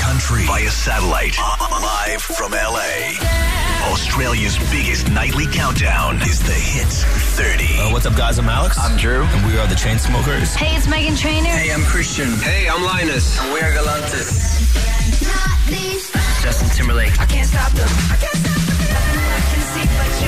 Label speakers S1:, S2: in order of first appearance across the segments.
S1: country via satellite. Live from LA. Australia's biggest nightly countdown is the Hits 30.
S2: Uh, what's up, guys? I'm Alex. I'm Drew. And we are the Chainsmokers.
S3: Hey, it's Megan Trainer.
S4: Hey, I'm Christian.
S5: Hey, I'm Linus.
S6: And we're Galantis.
S7: Justin Timberlake. I
S8: can't stop them. I can't stop them.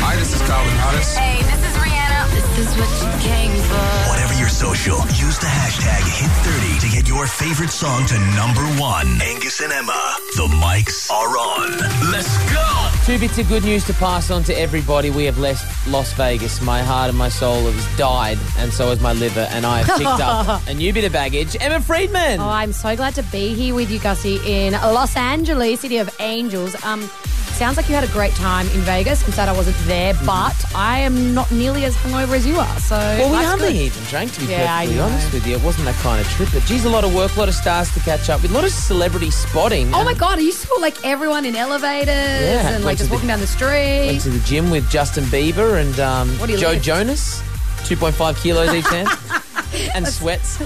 S9: Hi, this is Calvin Harris.
S10: Hey, this is Rihanna. This is what you came for.
S1: Whatever your social, use the hashtag hit30 to get your favorite song to number one. Angus and Emma, the mics are on. Let's go!
S11: Two bits of good news to pass on to everybody. We have left Las Vegas. My heart and my soul has died, and so has my liver, and I have picked up a new bit of baggage. Emma Friedman!
S12: Oh, I'm so glad to be here with you, Gussie, in Los Angeles, city of angels. Um, Sounds like you had a great time in Vegas. I'm sad I wasn't there,
S11: Mm-hmm.
S12: but I am not nearly as hungover as you are. So
S11: well, we hardly
S12: good.
S11: even drank to be
S12: Yeah, I
S11: perfectly
S12: know.
S11: honest with you. It wasn't that kind of trip, but geez, a lot of work, a lot of stars to catch up with, a lot of celebrity spotting. Um,
S12: Oh
S11: And
S12: my god, you saw like everyone in elevators
S11: Yeah,
S12: and
S11: went
S12: like
S11: to
S12: just
S11: the-
S12: walking down the street.
S11: Went to the gym with Justin Bieber and um,
S12: What do you
S11: Joe
S12: lift?
S11: Jonas, 2.5 kilos each hand, and sweats.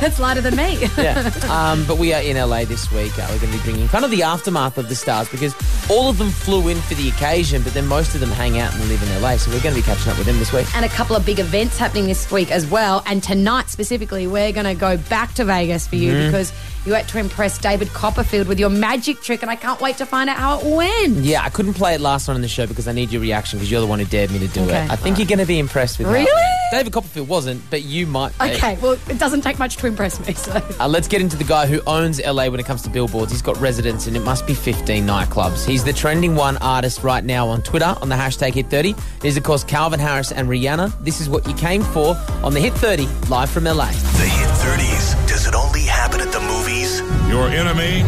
S12: That's lighter than me.
S11: yeah. Um, but we are in LA this week. Uh, we're going to be bringing kind of the aftermath of the stars because all of them flew in for the occasion, but then most of them hang out and live in LA. So we're going to be catching up with them this week.
S12: and a couple of big events happening this week as well. And tonight specifically, we're going to go back to Vegas for
S11: Mm-hmm.
S12: you because you had to impress David Copperfield with your magic trick, and I can't wait to find out how it went.
S11: Yeah, I couldn't play it last night on the show because I need your reaction because you're the one who dared me to do
S12: Okay,
S11: it. I think you're going to be impressed with that.
S12: Really?
S11: David Copperfield wasn't, but you might. be.
S12: Okay, well, it doesn't take much to impress me, so.
S11: Uh, let's get into the guy who owns LA when it comes to billboards. He's got residents in it must be 15 nightclubs. He's the trending one artist right now on Twitter on the hashtag Hit30. He's of course Calvin Harris and Rihanna. This is what you came for on the Hit30 live from LA.
S1: The Hit 30s. Does it only happen at the movies?
S13: Your enemy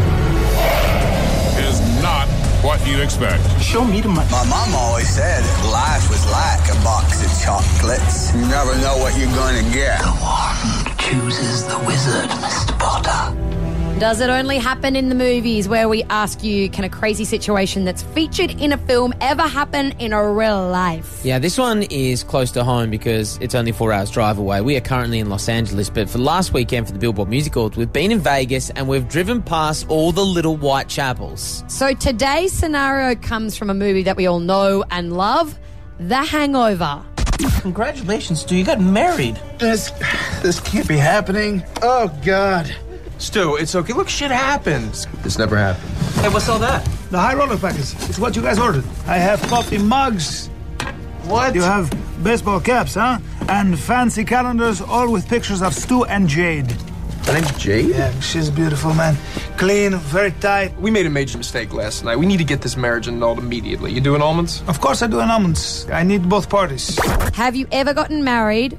S13: is not what you expect.
S6: Show me the money.
S4: My mom always said life was like a box of chocolates. You never know what you're gonna get.
S6: Chooses the wizard, Mr. Potter.
S12: Does it only happen in the movies where we ask you, can a crazy situation that's featured in a film ever happen in a real life?
S11: Yeah, this one is close to home because it's only four hours drive away. We are currently in Los Angeles, but for last weekend for the Billboard Music Awards, we've been in Vegas and we've driven past all the little white chapels.
S12: So today's scenario comes from a movie that we all know and love The Hangover.
S2: Congratulations, Stu. You got married.
S5: This, this can't be happening. Oh God.
S9: Stu, it's okay. Look, shit happens.
S5: This never happened.
S2: Hey, what's all that?
S5: The high roller package. It's what you guys ordered. I have coffee mugs.
S2: What?
S5: You have baseball caps, huh? And fancy calendars, all with pictures of Stu and Jade.
S9: My name's Jade.
S5: Yeah, she's beautiful, man. Clean, very tight.
S9: We made a major mistake last night. We need to get this marriage annulled immediately. You doing almonds?
S5: Of course, I do an almonds. I need both parties.
S12: Have you ever gotten married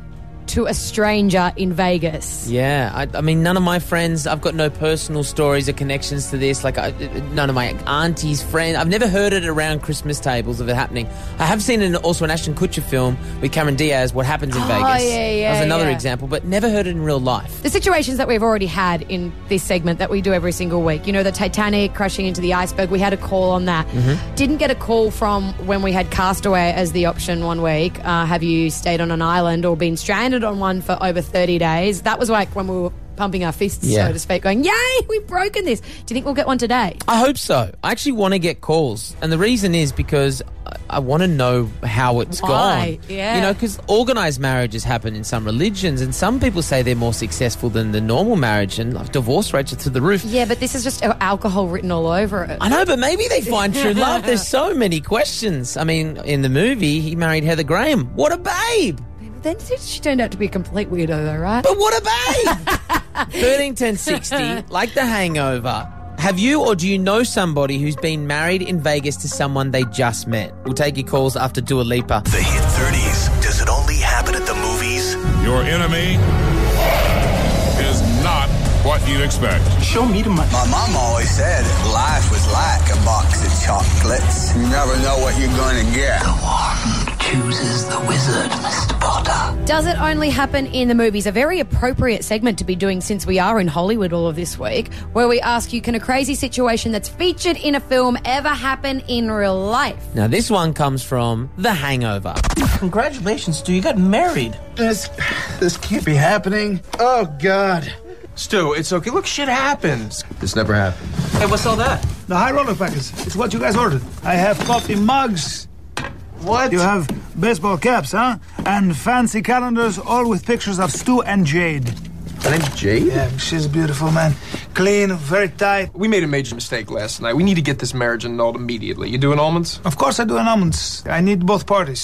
S12: to a stranger in Vegas?
S11: Yeah, I, I mean, none of my friends, I've got no personal stories or connections to this. Like, I, none of my auntie's friends. I've never heard it around Christmas tables of it happening. I have seen an, also an Ashton Kutcher film with Cameron Diaz, What Happens in
S12: Oh,
S11: Vegas.
S12: yeah, yeah,
S11: That was another
S12: yeah.
S11: example, but never heard it in real life.
S12: The situations that we've already had in this segment that we do every single week, you know, the Titanic crashing into the iceberg, we had a call on that.
S11: Mm-hmm.
S12: Didn't get a call from when we had Castaway as the option one week. Uh, have you stayed on an island or been stranded on one for over 30 days? That was like when we were pumping our fists,
S11: Yeah.
S12: so to speak, going, Yay, we've broken this. Do you think we'll get one today?
S11: I hope so. I actually want to get calls, and the reason is because I, I want to know how it's
S12: Why?
S11: gone.
S12: Yeah.
S11: you know, because organized marriages happen in some religions, and some people say they're more successful than the normal marriage, and like, divorce rates are to the roof.
S12: Yeah, but this is just alcohol written all over it.
S11: I know, but maybe they find true love. There's so many questions. I mean, in the movie, he married Heather Graham. What a babe!
S12: Then she turned out to be a complete weirdo, though, right?
S11: But what a babe! 131060, like the hangover. Have you or do you know somebody who's been married in Vegas to someone they just met? We'll take your calls after Dua Lipa.
S1: The Hit 30s. Does it only happen at the movies?
S13: Your enemy is not what you expect.
S6: Show me the money.
S4: My mom always said life was like a box of chocolates. You never know what you're gonna get.
S6: Chooses the wizard, Mr. Potter.
S12: Does it only happen in the movies? A very appropriate segment to be doing since we are in Hollywood all of this week, where we ask you can a crazy situation that's featured in a film ever happen in real life?
S11: Now, this one comes from The Hangover.
S2: Congratulations, Stu. You got married.
S5: This, this can't be happening. Oh God.
S9: Stu, it's okay. Look, shit happens.
S3: This never happened.
S9: Hey, what's all that?
S5: The high roller packets. It's what you guys ordered. I have coffee mugs. What? You have baseball caps, huh? And fancy calendars, all with pictures of Stu and Jade.
S3: Her name's Jade?
S5: Yeah, she's beautiful, man. Clean, very tight.
S9: We made a major mistake last night. We need to get this marriage annulled immediately. You doing almonds?
S5: Of course I do an almonds. I need both parties.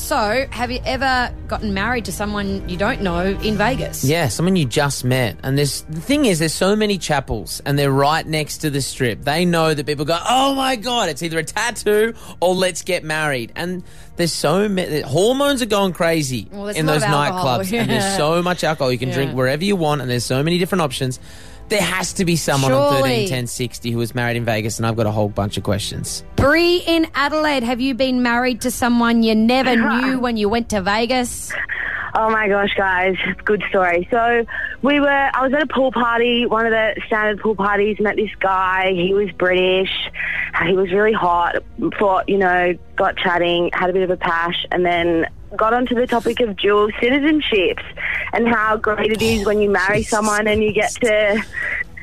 S12: So, have you ever gotten married to someone you don't know in Vegas?
S11: Yeah, someone you just met. And there's the thing is, there's so many chapels, and they're right next to the strip. They know that people go, "Oh my god, it's either a tattoo or let's get married." And there's so many hormones are going crazy
S12: Well, there's
S11: in
S12: a lot
S11: those
S12: of alcohol,
S11: nightclubs, and there's
S12: yeah.
S11: so much alcohol you can drink
S12: Yeah.
S11: wherever you want, and there's so many different options. There has to be someone on
S12: Surely.
S11: 13, 10, 60 who was married in Vegas, and I've got a whole bunch of questions.
S12: Bree in Adelaide, have you been married to someone you never knew when you went to Vegas?
S7: Oh my gosh, guys, good story. So we were, I was at a pool party, one of the standard pool parties, met this guy. He was British. He was really hot. Thought, you know, got chatting, had a bit of a pash, and then got onto the topic of dual citizenships and how great it is when you marry someone and you get to.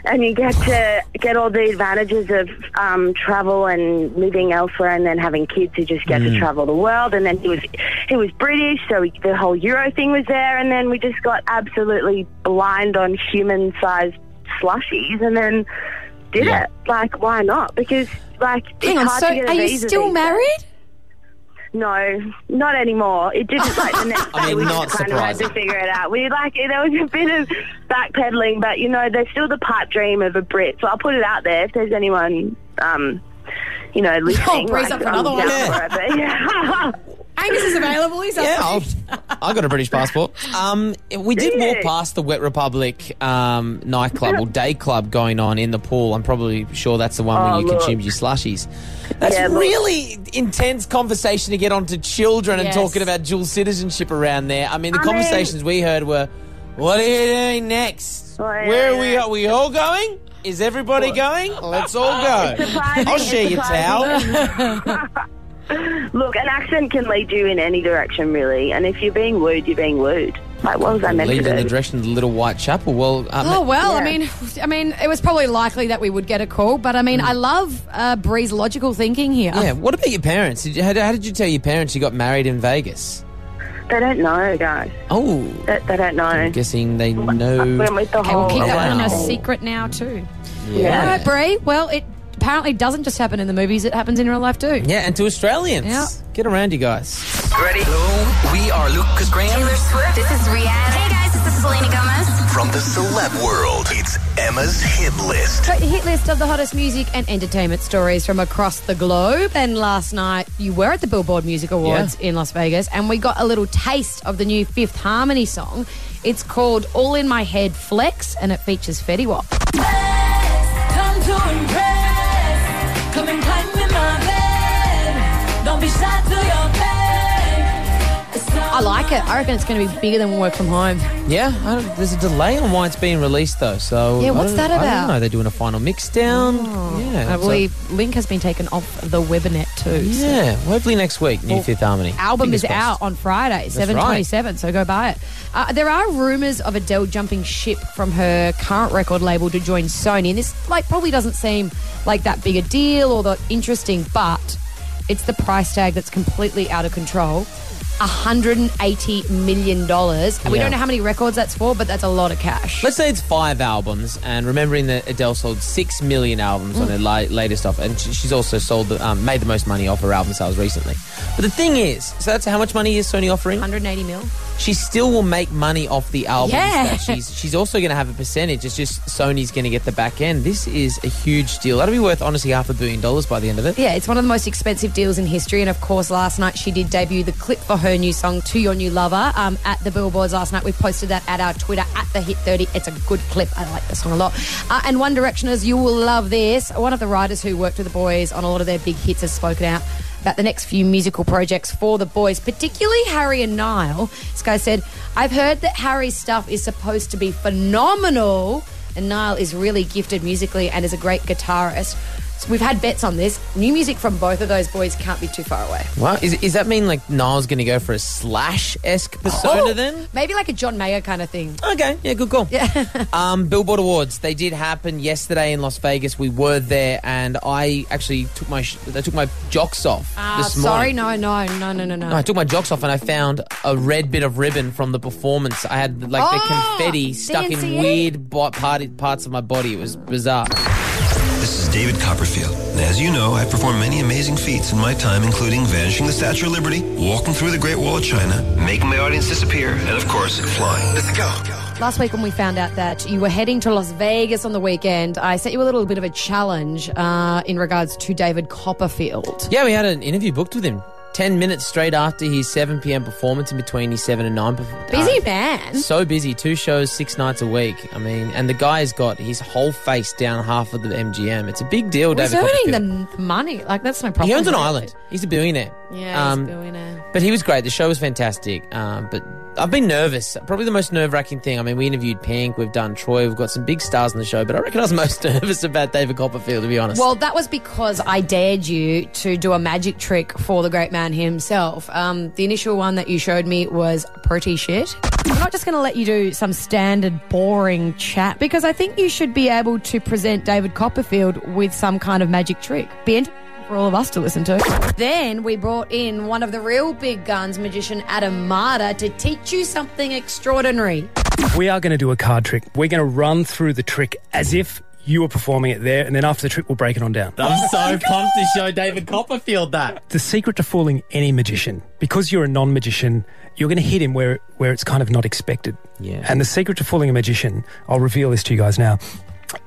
S7: And you get to get all the advantages of um, travel and moving elsewhere, and then having kids who just get
S14: Mm.
S7: to travel travel the world. And then he was he was British, so he, the whole Euro thing was there. And then we just got absolutely blind on human sized slushies, and then did it. Like, why not? Because like,
S12: Hang
S7: it's
S12: on,
S7: hard
S12: so
S7: to get a
S12: are you
S7: visa
S12: still
S7: these days.
S12: married?
S7: No, not anymore. It didn't like the next
S11: I
S7: day.
S11: mean,
S7: we
S11: not
S7: just kind of had to
S11: surprising.
S7: figure it out. We like there was a bit of backpedaling, but you know, there's still the pipe dream of a Brit. So I'll put it out there if there's anyone, um, you
S11: Oh,
S7: know, listening.
S12: Bree's
S7: like,
S12: up for
S7: I'm
S12: another one.
S7: down for it, but yeah.
S12: Angus is available. He's up
S11: Yeah, I'll, I got a British passport. Um, we did walk past the Wet Republic um, nightclub or day club going on in the pool. I'm probably sure that's the one
S15: Oh,
S11: where you
S15: look.
S11: consumed your slushies. That's
S15: Yeah, look.
S11: really intense conversation to get onto children and
S15: Yes.
S11: talking about dual citizenship around there. I mean, the
S15: I mean-
S11: conversations we heard were, "What are you doing next? Where are we? Are we all going? Is everybody going? Let's all go.
S7: It's surprising,
S11: I'll
S7: it's
S11: share your towel."
S7: surprising. Look, an accent can lead you in any direction, really. And if you're being wooed, you're being wooed. Like, what was I meant
S11: Lead in
S7: to
S11: the
S7: do?
S11: direction of the Little White Chapel. Well, uh,
S12: Oh well, I
S11: Yeah.
S12: mean, I mean, it was probably likely that we would get a call, but I mean, I love uh, Bree's logical thinking here.
S11: Mm. Oh, Yeah. What about your parents? Did you, how, how did you tell your parents you got married in Vegas?
S7: They don't know, guys.
S11: Oh.
S7: They, they don't know.
S11: I'm guessing they know.
S7: Went with the
S12: Okay, we'll
S11: Oh,
S7: whole. Oh,
S12: keep that one a secret now too.
S11: Yeah.
S12: All right, Bree. Well, it apparently doesn't just happen in the movies; it happens in real life too.
S11: Yeah, and to Australians.
S12: Yeah.
S11: Get around, you guys.
S1: Ready? Hello, we are Lucas Graham.
S10: Taylor Swift. This is Rihanna. Hey guys, this is Selena Gomez.
S1: From the celeb world, it's Emma's hit list.
S12: Got your hit list of the hottest music and entertainment stories from across the globe. And last night, you were at the Billboard Music Awards in Las Vegas, and we got a little taste of the new Fifth Harmony song. It's called All in My Head Flex, and it features Fetty Wap.
S8: Come to impress. Come and climb in my bed. Don't be shy to your bed.
S12: I like it. I reckon it's going to be bigger than Work From Home.
S11: Yeah, I don't, there's a delay on why it's being released though. So
S12: Yeah,
S11: I
S12: what's
S11: don't-
S12: that
S11: I
S12: about? Oh.
S11: don't know. They're doing a final mix down. yeah,
S12: I
S11: so-
S12: believe Uh, Link has been taken off the webinet too. so-
S11: yeah. Hopefully next week, new
S12: Well,
S11: Fifth Harmony
S12: album
S11: Fingers
S12: is out on Friday,
S11: right.
S12: seven twenty-seven. So go buy it. Uh, there are rumors of Adele jumping ship from her current record label to join Sony, and this like probably doesn't seem like that big a deal or that interesting, but it's the price tag that's completely out of control. $180 million. And we
S11: Yeah.
S12: don't know how many records that's for, but that's a lot of cash.
S11: Let's say it's five albums, and remembering that Adele sold six million albums on
S12: Mm.
S11: her la- latest off, and she- she's also sold the, um, made the most money off her album sales recently. But the thing is, so that's how much money is Sony offering?
S12: 180 mil.
S11: She still will make money off the albums.
S12: Yeah.
S11: That she's she's also going to have a percentage. It's just Sony's going to get the back end. This is a huge deal. That'll be worth honestly half a billion dollars by the end of it.
S12: Yeah, it's one of the most expensive deals in history. And of course, last night she did debut the clip for her new song, To Your New Lover, um, at the billboards last night. We posted that at our Twitter, at the Hit 30. It's a good clip. I like the song a lot. Uh, and One Directioners, you will love this. One of the writers who worked with the boys on a lot of their big hits has spoken out about the next few musical projects for the boys, particularly Harry and Niall. This guy said, I've heard that Harry's stuff is supposed to be phenomenal. And Niall is really gifted musically and is a great guitarist. we've had bets on this. New music from both of those boys can't be too far away.
S11: What? Is, is that mean like Niall's going to go for a slash esque persona
S12: Oh,
S11: then?
S12: Maybe like a John Mayer kind of thing.
S11: Okay, yeah, good call.
S12: Yeah.
S11: Um, Billboard Awards. They did happen yesterday in Las Vegas. We were there, and I actually took my sh- I took my jocks off
S12: Ah,
S11: this
S12: sorry,
S11: morning.
S12: no, no, no, no, no, no.
S11: No, I took my jocks off and I found a red bit of ribbon from the performance. I had like the
S12: Oh,
S11: confetti stuck
S12: DNCA.
S11: in weird bo- party parts of my body. It was bizarre.
S1: This is David Copperfield. And as you know, I performed many amazing feats in my time, including vanishing the Statue of Liberty, walking through the Great Wall of China, making my audience disappear, and of course, flying. Let's go.
S12: Last week, when we found out that you were heading to Las Vegas on the weekend, I sent you a little bit of a challenge uh, in regards to David Copperfield.
S11: Yeah, we had an interview booked with him. Ten minutes straight after his 7 p.m. performance, in between his 7 and uh, 9 performance.
S12: Busy man.
S11: So busy, two shows, six nights a week. I mean, and the guy's got his whole face down half of the MGM. It's a big deal,
S12: He's
S11: David.
S12: earning
S11: Copperfield.
S12: the money. Like, that's no problem.
S11: He owns an
S12: with it.
S11: island. He's a billionaire.
S12: Yeah,
S11: Um,
S12: he's a billionaire.
S11: But he was great. The show was fantastic. Um, but I've been nervous. Probably the most nerve wracking thing. I mean, we interviewed Pink, we've done Troy, we've got some big stars in the show, but I reckon I was most nervous about David Copperfield, to be honest.
S12: Well, that was because I dared you to do a magic trick for the great man himself. Um, the initial one that you showed me was pretty shit. I'm not just going to let you do some standard boring chat because I think you should be able to present David Copperfield with some kind of magic trick. Be ent- for all of us to listen to. Then we brought in one of the real big guns, magician Adam Marder, to teach you something extraordinary.
S3: We are going to do a card trick. We're going to run through the trick as if you were performing it there, and then after the trick, we'll break it on down.
S11: I'm
S12: Oh
S11: so pumped to show David Copperfield that.
S3: The secret to fooling any magician, because you're a non magician, you're going to hit him where, where it's kind of not expected.
S11: Yeah.
S3: And the secret to fooling a magician, I'll reveal this to you guys now,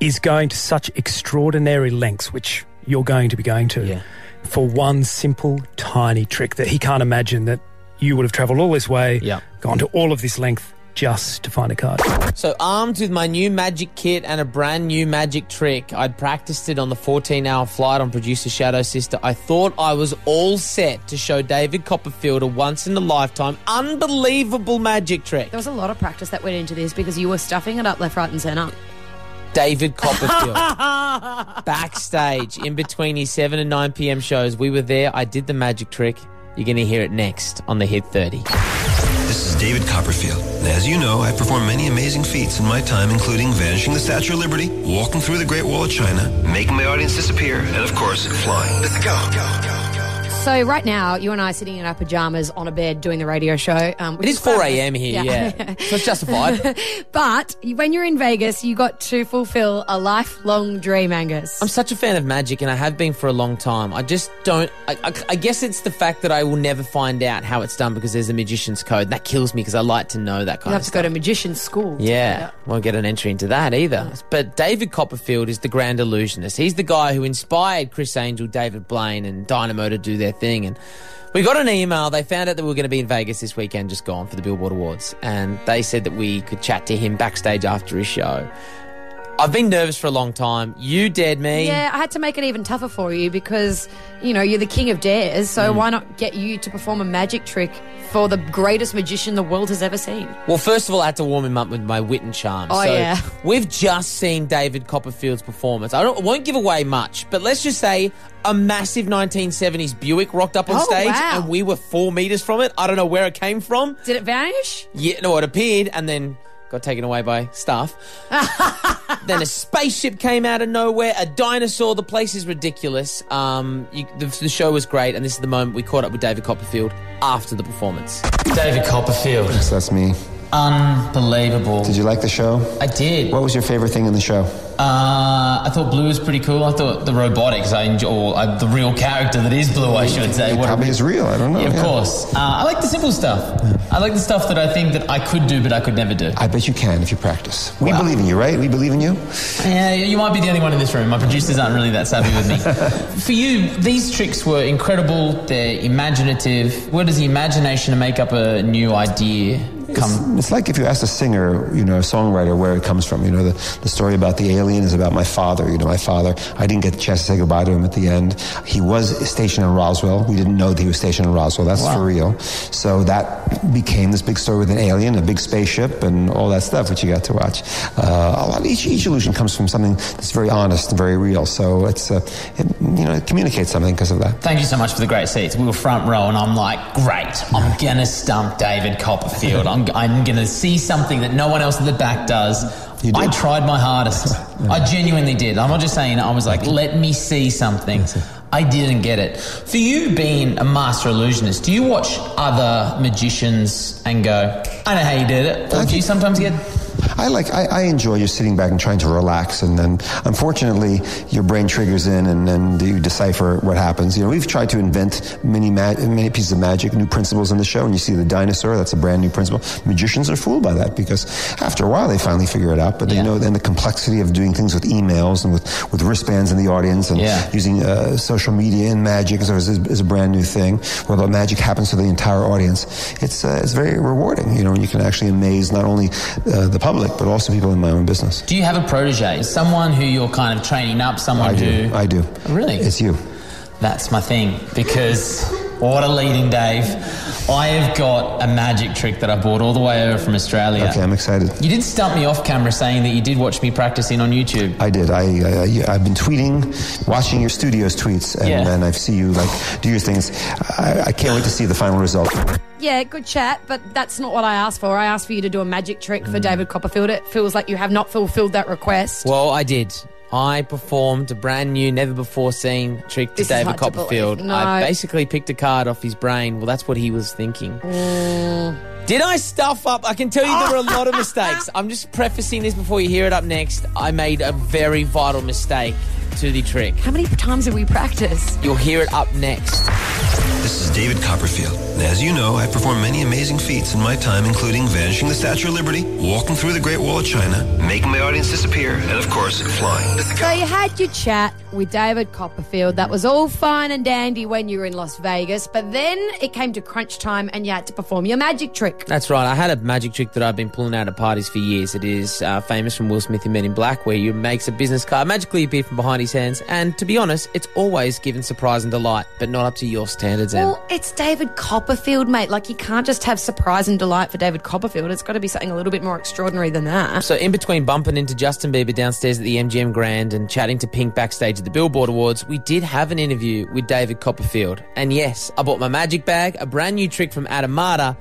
S3: is going to such extraordinary lengths, which you're going to be going to, for one simple, tiny trick that he can't imagine that you would have traveled all this way, gone to all of this length just to find a card.
S11: So, armed with my new magic kit and a brand new magic trick, I'd practiced it on the 14 hour flight on producer Shadow Sister. I thought I was all set to show David Copperfield a once in a lifetime, unbelievable magic trick.
S12: There was a lot of practice that went into this because you were stuffing it up left, right, and centre.
S11: David Copperfield. Backstage in between his 7 and 9 p.m. shows, we were there. I did the magic trick. You're going to hear it next on the Hit 30.
S1: This is David Copperfield. And as you know, I performed many amazing feats in my time, including vanishing the Statue of Liberty, walking through the Great Wall of China, making my audience disappear, and of course, flying. Let's go.
S12: So right now, you and I are sitting in our pajamas on a bed doing the radio show. Um,
S11: It
S12: which
S11: is 4
S12: fabulous.
S11: a.m. here, yeah. so it's justified.
S12: but when you're in Vegas, you got to fulfill a lifelong dream, Angus.
S11: I'm such a fan of magic, and I have been for a long time. I just don't. I, I, I guess it's the fact that I will never find out how it's done because there's a magician's code. That kills me because I like to know that kind
S12: You
S11: of
S12: have to go to magician school. to
S11: Yeah,
S12: do that.
S11: won't get an entry into that either. But David Copperfield is the grand illusionist. He's the guy who inspired Chris Angel, David Blaine, and Dynamo to do their thing. And we got an email. They found out that we were going to be in Vegas this weekend, just gone for the Billboard Awards. And they said that we could chat to him backstage after his show. I've been nervous for a long time. You dared me.
S12: Yeah, I had to make it even tougher for you because, you know, you're the king of dares,
S11: Mm.
S12: so why not get you to perform a magic trick for the greatest magician the world has ever seen?
S11: Well, first of all, I had to warm him up with my wit and charm.
S12: Oh,
S11: so
S12: yeah.
S11: We've just seen David Copperfield's performance. I, don't, I won't give away much, but let's just say a massive 1970s Buick rocked up on
S12: Oh,
S11: stage,
S12: wow.
S11: and we were four meters from it. I don't know where it came from.
S12: Did it vanish?
S11: Yeah, no, it appeared and then got taken away by stuff. then a spaceship came out of nowhere, a dinosaur. The place is ridiculous. Um, you, the, the show was great, and this is the moment we caught up with David Copperfield after the performance. David Copperfield.
S14: Yes, that's me.
S11: Unbelievable.
S14: Did you like the show?
S11: I did.
S14: What was your favorite thing in the show?
S11: Uh, I thought Blue was pretty cool. I thought the robotics, I enjoy, or uh, the real character that is Blue, I should say.
S14: It
S11: What a-
S14: probably is real. I don't know.
S11: Yeah, of course. Uh, I like the simple stuff. I like the stuff that I think that I could do, but I could never do.
S14: I bet you can if you practice. We believe in you, right? We believe in you.
S11: Yeah, you might be the only one in this room. My producers aren't really that savvy with me. For you, these tricks were incredible. They're imaginative. Where does the imagination to make up a new idea?
S14: Because
S16: come?
S14: It's, it's like if you asked a singer, you know, a songwriter, where it comes from. You know, the, the story about the alien is about my father. You know, my father. I didn't get the chance to say goodbye to him at the end. He was stationed in Roswell. We didn't know that he was stationed in Roswell. That's
S16: Wow.
S14: for real. So that became this big story with an alien, a big spaceship, and all that stuff, which you got to watch. Uh, a lot. Each, each illusion comes from something that's very honest and very real. So it's, uh, it, you know, it communicates something because of that.
S11: Thank you so much for the great seats. We were front row, and I'm like, great. I'm gonna stump David Copperfield. I'm, I'm gonna see something that no one else at the back does. I tried my hardest. I genuinely did. I'm not just saying. I was like, let me see something. I didn't get it. For you being a master illusionist, do you watch other magicians and go, I know how you did it? Or do you sometimes get
S14: I like I, I enjoy you sitting back and trying to relax, and then unfortunately your brain triggers in, and then you decipher what happens. You know, we've tried to invent many ma- many pieces of magic, new principles in the show, and you see the dinosaur. That's a brand new principle. Magicians are fooled by that because after a while they finally figure it out, but they know then the complexity of doing things with emails and with, with wristbands in the audience and
S11: Yeah.
S14: using uh, social media and magic is, is, is a brand new thing. Where the magic happens to the entire audience, it's uh, it's very rewarding. You know, and you can actually amaze not only uh, the public but also people in my own business.
S11: Do you have a protege? Someone who you're kind of training up, someone
S14: I do.
S11: who.
S14: I do.
S11: Really?
S14: It's you.
S11: That's my thing because what a leading Dave. I have got a magic trick that I bought all the way over from Australia.
S14: Okay, I'm excited.
S11: You did stump me off camera saying that you did watch me practicing on YouTube.
S14: I did. I, I, I I've been tweeting, watching your studio's tweets, and,
S11: Yeah.
S14: and I see you like do your things. I, I can't wait to see the final result.
S12: Yeah, good chat, but that's not what I asked for. I asked for you to do a magic trick
S11: Mm.
S12: for David Copperfield. It feels like you have not fulfilled that request.
S16: Well, I did. I performed a brand new, never before seen trick to
S12: This is
S16: David
S12: hard to
S16: Copperfield.
S12: believe. No.
S16: I basically picked a card off his brain. Well, that's what he was thinking.
S12: Mm.
S16: Did I stuff up? I can tell you there were a lot of mistakes. I'm just prefacing this before you hear it up next. I made a very vital mistake to the trick.
S12: How many times have we practiced?
S16: You'll hear it up next.
S5: This is David Copperfield. And as you know, I performed many amazing feats in my time, including vanishing the Statue of Liberty, walking through the Great Wall of China, making my audience disappear, and of course, flying.
S12: So you had your chat with David Copperfield. That was all fine and dandy when you were in Las Vegas, but then it came to crunch time and you had to perform your magic trick.
S16: That's right. I had a magic trick that I've been pulling out at parties for years. It is uh, famous from Will Smith in Men in Black, where you makes a business card magically appear from behind his hands. And to be honest, it's always given surprise and delight, but not up to your standards. Em.
S12: Well, it's David Copperfield, mate. Like you can't just have surprise and delight for David Copperfield. It's got to be something a little bit more extraordinary than that.
S16: So, in between bumping into Justin Bieber downstairs at the MGM Grand and chatting to Pink backstage at the Billboard Awards, we did have an interview with David Copperfield. And yes, I bought my magic bag, a brand new trick from Adamata,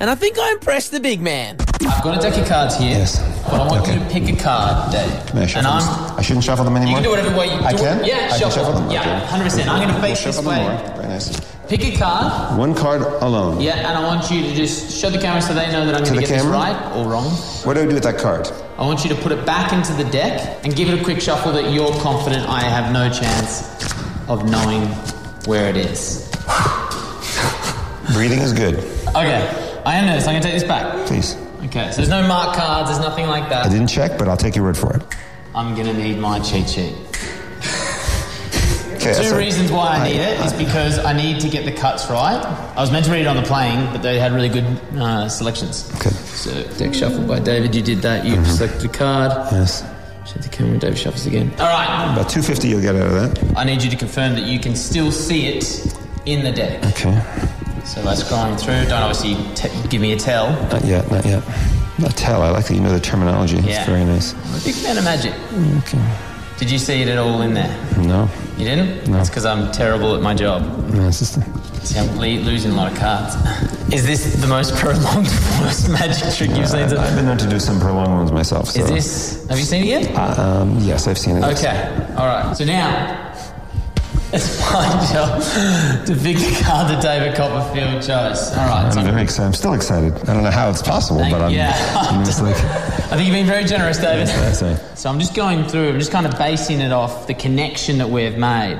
S16: and I think I impressed the big man.
S11: I've got a deck of cards here, but I want you to pick a card, Dave.
S14: May I shuffle
S11: I'm-
S14: them? I shouldn't shuffle them
S11: You
S14: anymore.
S11: can do whatever way you
S14: I
S11: do it.
S14: can.
S11: Yeah,
S14: I can
S11: shuffle.
S14: shuffle them.
S11: Yeah, 100%. I'm gonna face
S14: We'll
S11: this
S14: shuffle them
S11: way.
S14: more. Very nice.
S11: Pick a card.
S14: One card alone.
S11: Yeah, and I want you to just show the camera so they know that I'm
S14: To
S11: going
S14: the
S11: to get
S14: camera?
S11: this right or wrong.
S14: What do I do with that card?
S11: I want you to put it back into the deck and give it a quick shuffle that you're confident I have no chance of knowing where it is.
S14: Breathing is good.
S11: Okay, I am nervous. I'm going to take this back.
S14: Please.
S11: Okay, so there's no marked cards, there's nothing like
S14: I
S11: that.
S14: didn't check, but I'll take your word for it.
S11: I'm going to need my cheat sheet.
S14: Okay,
S11: Two
S14: so-
S11: reasons why I need it is because I need to get the cuts right. I was meant to read it on the plane, but they had really good uh, selections. Okay. So, deck shuffle by David, you did that. You selected a card.
S14: Mm-hmm. Yes.
S11: Shut the camera, David shuffles again. All right.
S14: About 250 you'll get out of that.
S11: I need you to confirm that you can still see it in the deck.
S14: Okay.
S11: So let's grind through. Don't obviously t- give me a tell.
S14: Not yet, not yet. Not tell. I like that you know the terminology.
S11: Yeah.
S14: It's very nice.
S11: Big fan of magic.
S14: Okay.
S11: Did you see it at all in there?
S14: No.
S11: You didn't?
S14: No.
S11: That's because I'm terrible at my job.
S14: No, it's just
S11: Simply losing a lot of cards. Is this the most prolonged, worst magic trick you've seen?
S14: I've been known to do some prolonged ones myself. So.
S11: Is this? Have you seen it yet?
S14: Um, yes, I've seen it. yes.
S11: Okay. All right. So now it's my job to pick the card that David Copperfield chose. All right.
S14: I'm very excited. I'm still excited. I don't know how it's possible, but I'm.
S11: yeah.
S14: I mean, it's like,
S11: I think you've been very generous, David.
S14: Yes, I-
S11: So I'm just going through, I'm just kind of basing it off the connection that we've made.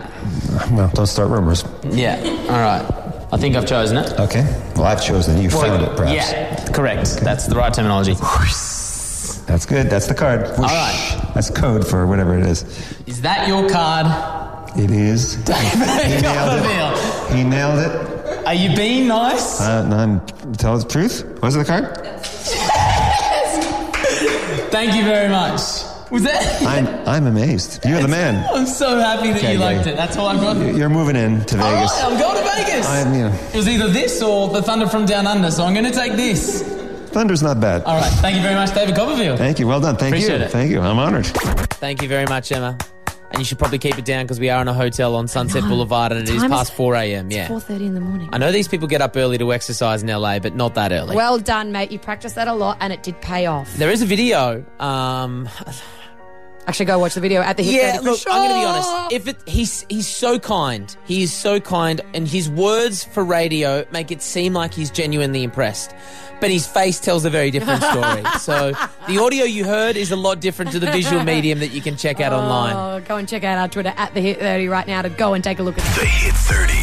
S14: well, don't start rumors.
S11: Yeah, all right. I think I've chosen it.
S14: Okay. Well, I've chosen it. You found it, perhaps.
S11: Yeah, correct. That's the right terminology.
S14: That's good. That's the card. All right. That's code for whatever it is.
S11: Is that your card?
S14: It is.
S11: David
S14: He nailed it.
S11: Copperfield.
S14: He nailed it.
S15: Are you being nice?
S14: Uh, and I'm tell the truth. Was it the card?
S15: Thank you very much. Was that?
S14: I'm I'm amazed. You're the man.
S15: I'm so happy that
S14: Okay,
S15: you
S14: yeah,
S15: liked
S14: yeah.
S15: it. That's all I've got.
S14: You're moving in to
S15: All
S14: Vegas.
S15: right, I'm going to Vegas.
S14: I'm you know,
S15: It was either this or the Thunder from Down Under, so I'm going to take this.
S14: Thunder's not bad.
S15: All right. Thank you very much, David Copperfield.
S14: Thank you. Well done. Thank
S11: Appreciate
S14: you.
S11: it.
S14: Thank you. I'm honored.
S11: Thank you very much, Emma. And you should probably keep it down because we are in a hotel on Sunset
S12: No.
S11: Boulevard and it is
S12: Time is-
S11: past 4 a.m.
S12: It's
S11: Yeah.
S12: 4.30 in the morning.
S11: I know these people get up early to exercise in LA, but not that early.
S12: Well done, mate. You practiced that a lot and it did pay off.
S11: there is a video. Um,
S12: Actually, go watch the video at the hit
S11: yeah,
S12: 30 for
S11: look, I'm going to be
S12: sure.
S11: honest. If it, he's he's so kind, he is so kind, and his words for radio make it seem like he's genuinely impressed, but his face tells a very different story. so the audio you heard is a lot different to the visual medium that you can check out online.
S12: Oh, go and check out our Twitter at the hit 30 right now to go and take a look at
S1: The Hit 30.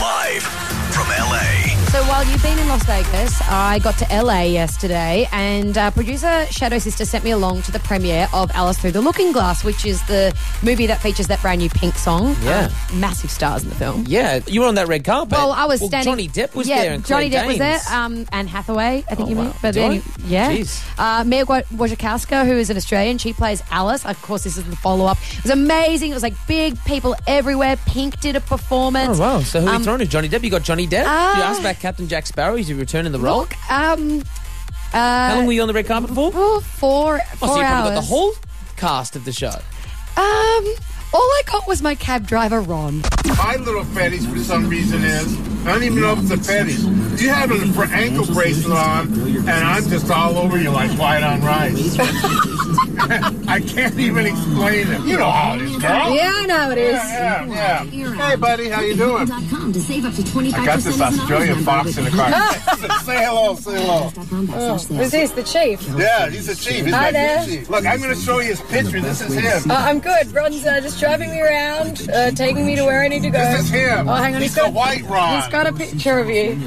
S1: Live from LA.
S12: So while you've been in Las Vegas, I got to LA yesterday, and uh, producer Shadow Sister sent me along to the premiere of Alice Through the Looking Glass, which is the movie that features that brand new Pink song.
S11: Yeah.
S12: Uh, massive stars in the film.
S11: Yeah, you were on that red carpet.
S12: Well, I was standing.
S11: Johnny Depp was
S12: yeah,
S11: there. And
S12: Johnny
S11: Claire
S12: Depp was there.
S11: Danes.
S12: Um, Anne Hathaway, I think you mean. But
S11: Do I?
S12: any- yeah.
S11: Jeez.
S12: Uh, Mia Wa- Wasikowska, who is an Australian, she plays Alice. Of course, this is the follow up. It was amazing. It was like big people everywhere. Pink did a performance.
S11: Oh wow! So who are
S12: Um,
S11: you throwing to? Johnny Depp? You got Johnny Depp?
S12: Ah.
S11: you asked about Captain Jack Sparrow? Is he returning the role?
S12: Look, um, uh,
S11: How long were you on the red carpet for?
S12: Four, four,
S11: oh, so you probably got the
S12: hours.
S11: whole cast of the show.
S12: Um, all I got was my cab driver Ron.
S17: My little fetish for some reason is I don't even know if it's a fetish. You have an br- ankle bracelet on, and I'm just all over you like white on rice. I can't even explain it. You know how it is, girl.
S12: Yeah, I know it is.
S17: Oh. Yeah, yeah, yeah. Hey, buddy, how you doing?
S6: To save up to 25%
S17: I got this Australian fox in Oh. the car. say hello, say hello.
S18: Is this the chief?
S17: Yeah, he's a chief. He's
S18: Hi
S17: my
S18: there.
S17: chief. Look, I'm going to show you his picture. This is him.
S18: Uh, I'm good. Ron's uh, just driving me around, uh, taking me to where I need to go.
S17: This is him.
S18: Oh, hang on.
S17: He's
S18: got
S17: a white Ron.
S18: He's got a picture of you.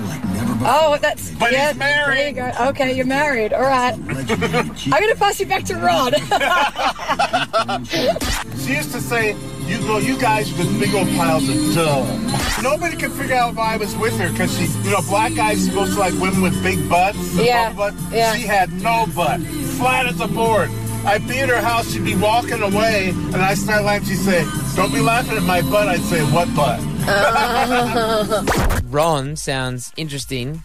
S18: Oh, that's
S17: But he's
S18: yeah.
S17: married.
S18: There you go. Okay, you're married. All right. I'm gonna pass you back to Ron.
S17: She used to say, "You know, you guys with big old piles of dough." Nobody could figure out why I was with her because she, you know, black guys supposed to like women with big butts.
S18: Yeah,
S17: But
S18: yeah.
S17: she had no butt, flat as a board. I'd be in her house, she'd be walking away, and I start laughing. She'd say, "Don't be laughing at my butt." I'd say, "What butt?"
S11: Ron sounds interesting,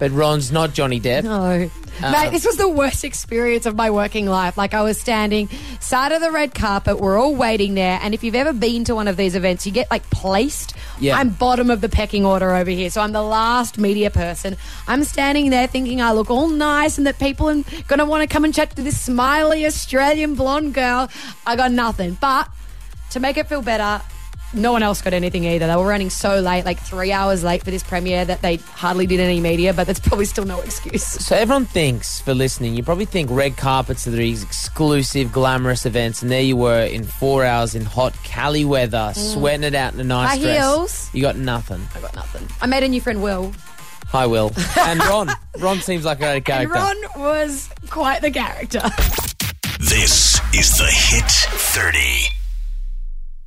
S11: but Ron's not Johnny Depp.
S12: No.
S11: Uh,
S12: Mate, this was the worst experience of my working life. Like, I was standing side of the red carpet. We're all waiting there. And if you've ever been to one of these events, you get like placed.
S19: Yeah.
S12: I'm bottom of the pecking order over here. So I'm the last media person. I'm standing there thinking I look all nice and that people are going to want to come and chat to this smiley Australian blonde girl. I got nothing. But to make it feel better, no one else got anything either. They were running so late, like three hours late for this premiere, that they hardly did any media, but that's probably still no excuse.
S11: So everyone thinks for listening, you probably think red carpets are these exclusive, glamorous events, and there you were in four hours in hot Cali weather, sweating it out in a nice
S12: Mm. High
S11: dress.
S12: heels.
S11: You got nothing.
S12: I got nothing. I made a new friend, Will.
S11: Hi, Will and Ron. Ron seems like a great
S12: And
S11: character.
S12: Ron was quite the character.
S1: This is the Hit 30.